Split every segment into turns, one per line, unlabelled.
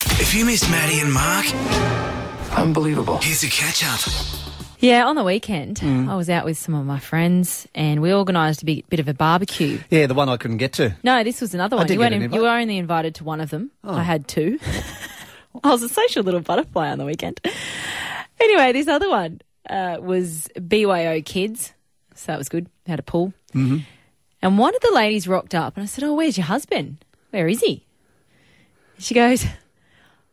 If you missed Maddie and Mark,
Unbelievable.
here's a catch up.
Yeah, on the weekend,
Mm.
I was out with some of my friends and we organised a big, bit of a barbecue.
Yeah, the one I couldn't get to.
No, this was another one.
did
you,
get
weren't
an
in-
invite.
you
Oh.
were only invited to one of them. I had two. I was a social little butterfly on the weekend. Anyway, this other one uh, was BYO Kids. So that was good. Had a pool. Mm-hmm. And one of the ladies rocked up and I said, Oh, where's your husband? Where is he? She goes,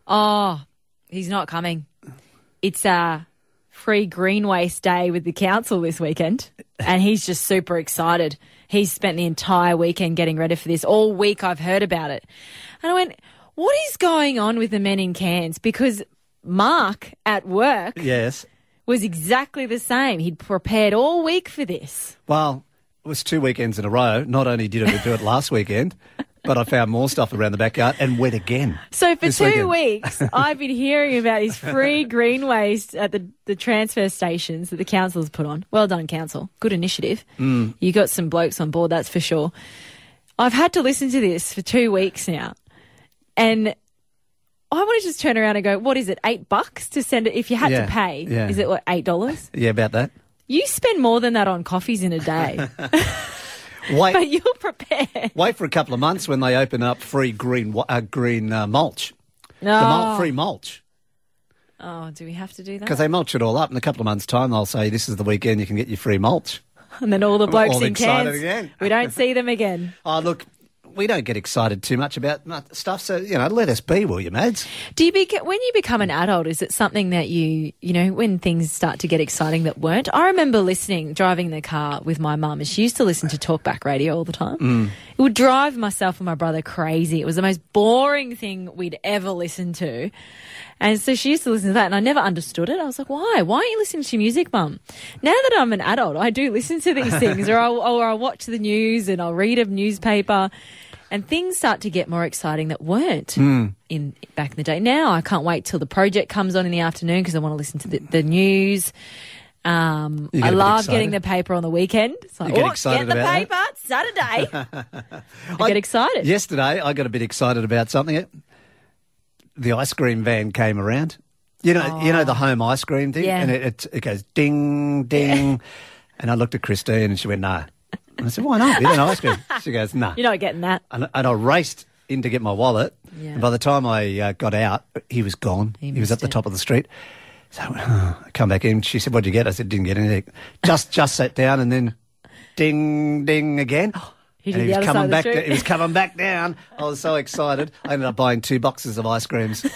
Oh, he's not coming. It's uh, free green waste day with the council this weekend. And he's just super excited. He's spent the entire weekend getting ready for this. All week I've heard about it. And I went, What is going on with the men in Cairns? Because Mark at work
Yes.
was exactly the same. He'd prepared all week for this.
Well, it was two weekends in a row. Not only did I do it last weekend, but I found more stuff around the backyard and went again.
So for
This
two
weekend.
weeks, I've been hearing about these free green waste at the, the transfer stations that the council's put on. Well done, council. Good initiative. Mm. You got some blokes on board, that's for sure. I've had to listen to this for two weeks now. And I want to just turn around and go, what is it, eight bucks to send it? If you had
Yeah,
to pay,
yeah.
is it what, eight dollars?
Yeah, about that.
You spend more than that on coffees in a day,
Wait,
but you're prepared.
wait for a couple of months when they open up free green wa- uh, green uh, mulch,
No.
the mul- free mulch,
oh, do we have to do that?
because they mulch it all up. In a couple of months' time, they'll say this is the weekend you can get your free mulch.
And then all the blokes
all
in
excited
Cairns,
again.
we don't see them again.
Oh, look. We don't get excited too much about mu- stuff, so you know, let us be, will you, Mads?
Do you bec- when you become an adult? Is it something that you you know when things start to get exciting that weren't? I remember listening driving the car with my mum, and she used to listen to talkback radio all the time. It would drive myself and my brother crazy. It was the most boring thing we'd ever listened to, and so she used to listen to that, and I never understood it. I was like, why? Why aren't you listening to music, mum? Now that I'm an adult, I do listen to these things, or I'll, or I'll watch the news and I'll read a newspaper. And things start to get more exciting that weren't
Hmm.
in back in the day. Now I can't wait till the project comes on in the afternoon because I want to listen to the, the news. Um,
You get
I
a bit
love
excited.
getting the paper on the weekend. It's like,
You get
"Oh,
excited
get the
about
paper it's Saturday. I get excited.
Yesterday, I got a bit excited about something. The ice cream van came around. You know, you know the home ice cream thing,
Oh. Yeah.
and it, it, it goes ding ding. And I looked at Christine, and she went, "No." And I said, "Why not? You don't know ice cream." She goes, "No."
You're not getting that.
and, and I raced in to get my wallet.
Yeah.
And by the time I uh, got out, he was gone. He, was
missed
at the
it.
top of the street. So I come back in. She said, "What'd you get?" I said, "Didn't get anything. Just just sat down and then ding ding again."
He
and
did the other side
coming
of the
back.
street.
He was coming back down. I was so excited. I ended up buying two boxes of ice creams.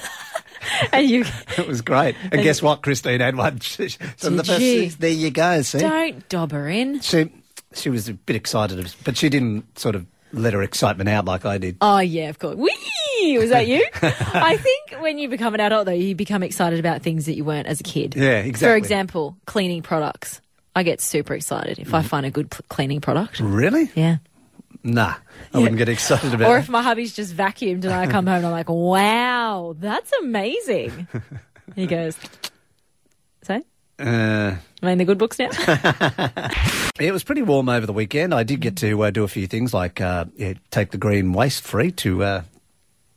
And you
It was great. And guess what? Christine had one. so the
Did you?
there you go. See,
don't dob her in.
she she was a bit excited, but she didn't sort of let her excitement out like I did.
Oh yeah, of course. Whee! Was that you? I think when you become an adult, though, you become excited about things that you weren't as a kid.
Yeah,
For
exactly.
example, cleaning products. I get super excited if I
Mm-hmm.
find a good pl- cleaning product.
Really?
Yeah.
Nah, I wouldn't get excited about
Or
it.
if my hubby's just vacuumed and I come home and I'm like, wow, that's amazing. He goes, so,
Uh,
am I in the good books now?
it was pretty warm over the weekend. I did get to uh, do a few things like uh, yeah, take the green waste free to uh,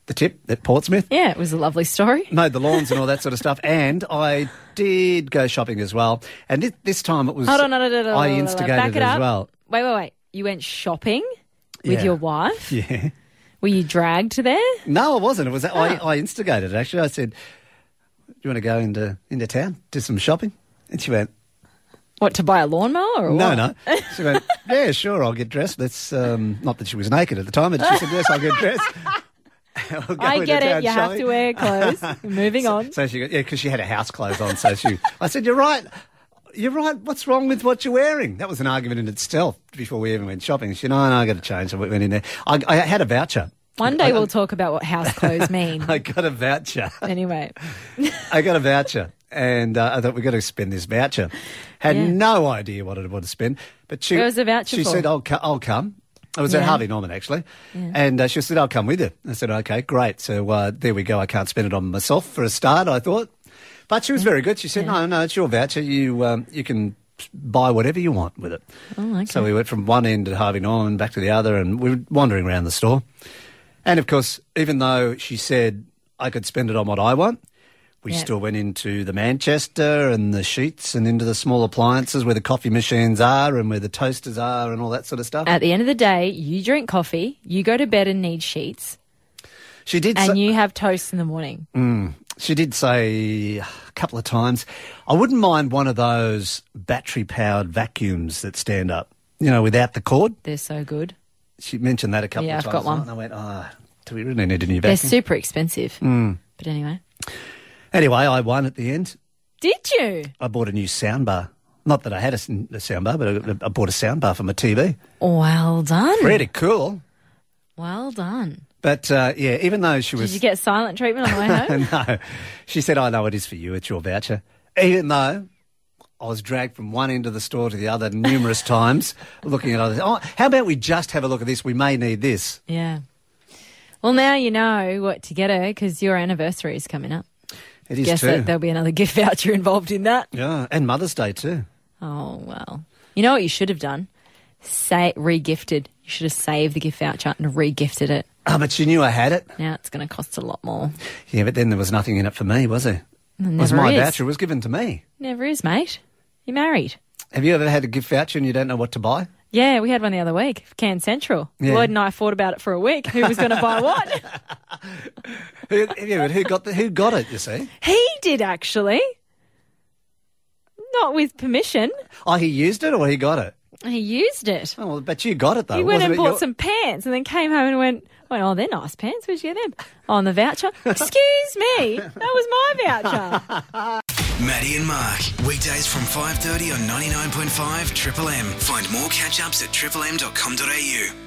the tip at Portsmouth,
yeah, it was a lovely story.
mowed the lawns and all that sort of stuff. And I did go shopping as well. And thi- this time it was
Hold on, hold on, hold on, hold on,
I
hold on.
instigated
Back it
it as
up.
well.
Wait, wait, wait. You went shopping with
Yeah.
your wife?
Yeah.
Were you dragged there?
No, it wasn't. It was I, I instigated it. Actually, I said, "Do you want to go into into town, do some shopping?" And she went,
What, to buy a lawnmower or
No,
what?
no. She went, yeah, sure, I'll get dressed. Let's, um, not that she was naked at the time, but she said, yes, I'll get dressed. We'll go
I
into
get
town,
it. You
shall
have
we?
to wear clothes. Moving on.
So she, go- yeah, because she had her house clothes on. So she, I said, you're right. You're right. What's wrong with what you're wearing? That was an argument in itself before we even went shopping. She said, no, no, I got to change. So we went in there. I, I had a voucher.
One day we'll talk about what house clothes mean.
I got a voucher.
anyway,
I got a voucher, and uh, I thought we got to spend this voucher. Had
Yeah.
no idea what I'd want to spend, but she
Where was the voucher
She
for?
said, "I'll, co- I'll come." I was at
Yeah.
Harvey Norman actually, and uh, she said, "I'll come with you." I said, "Okay, great." So uh, there we go. I can't spend it on myself for a start. I thought, but she was very good. She said, "No, no, it's your voucher. You um, you can." Buy whatever you want with it.
Oh, okay.
So we went from one end at Harvey Norman back to the other, and we were wandering around the store. And of course, even though she said I could spend it on what I want. We
Yeah.
still went into the Manchester and the sheets and into the small appliances where the coffee machines are and where the toasters are and all that sort of stuff.
At the end of the day, you drink coffee, you go to bed and need sheets,
she did.
and
sa-
you have toast in the morning.
Mm. She did say a couple of times, I wouldn't mind one of those battery powered vacuums that stand up, you know, without the cord.
They're so good.
She mentioned that a couple
Yeah,
of
I've got
times.
one.
And I went, ah, do we really need a new
They're
vacuum?
super expensive.
Mm.
But anyway,
anyway, I won at the end.
did you?
I bought a new soundbar. Not that I had a, s- a soundbar, but I, I bought a soundbar for my TV.
Well done.
Pretty cool.
Well done.
But uh, yeah, even though she was.
Did you get silent treatment on the way home?
no. She said, I know it is for you. It's your voucher. Even though I was dragged from one end of the store to the other numerous times looking at other. Oh, how about we just have a look at this? We may need this.
yeah. Well, now you know what to get her because your anniversary is coming up.
It is
Guess
too.
that there'll be another gift voucher involved in that.
yeah, and Mother's Day too.
Oh well. You know what you should have done? Say re-gifted. You should have saved the gift voucher and re-gifted it.
Oh, but she knew I had it.
Now it's going to cost a lot more.
Yeah, but then there was nothing in it for me, was there? it was
never
my
is.
voucher. It was given to me.
Never is, mate. You're married.
Have you ever had a gift voucher and you don't know what to buy?
Yeah, we had one the other week, Cairns Central.
Yeah.
Lloyd and I fought about it for a week. Who was going to buy what?
Who- yeah, but who got the, who got it? You see,
he did actually. Not with permission.
oh, he used it or he got it.
He used it.
Oh, well, but you got it though.
He went
Wasn't
and
it
bought
your-
some pants and then came home and went, went, Oh, they're nice pants. Where'd you get them? On the voucher. Excuse me. That was my voucher.
Maddie and Mark. Weekdays from 5.30 on 99.5 Triple M. Find more catch-ups at triplem.com.au.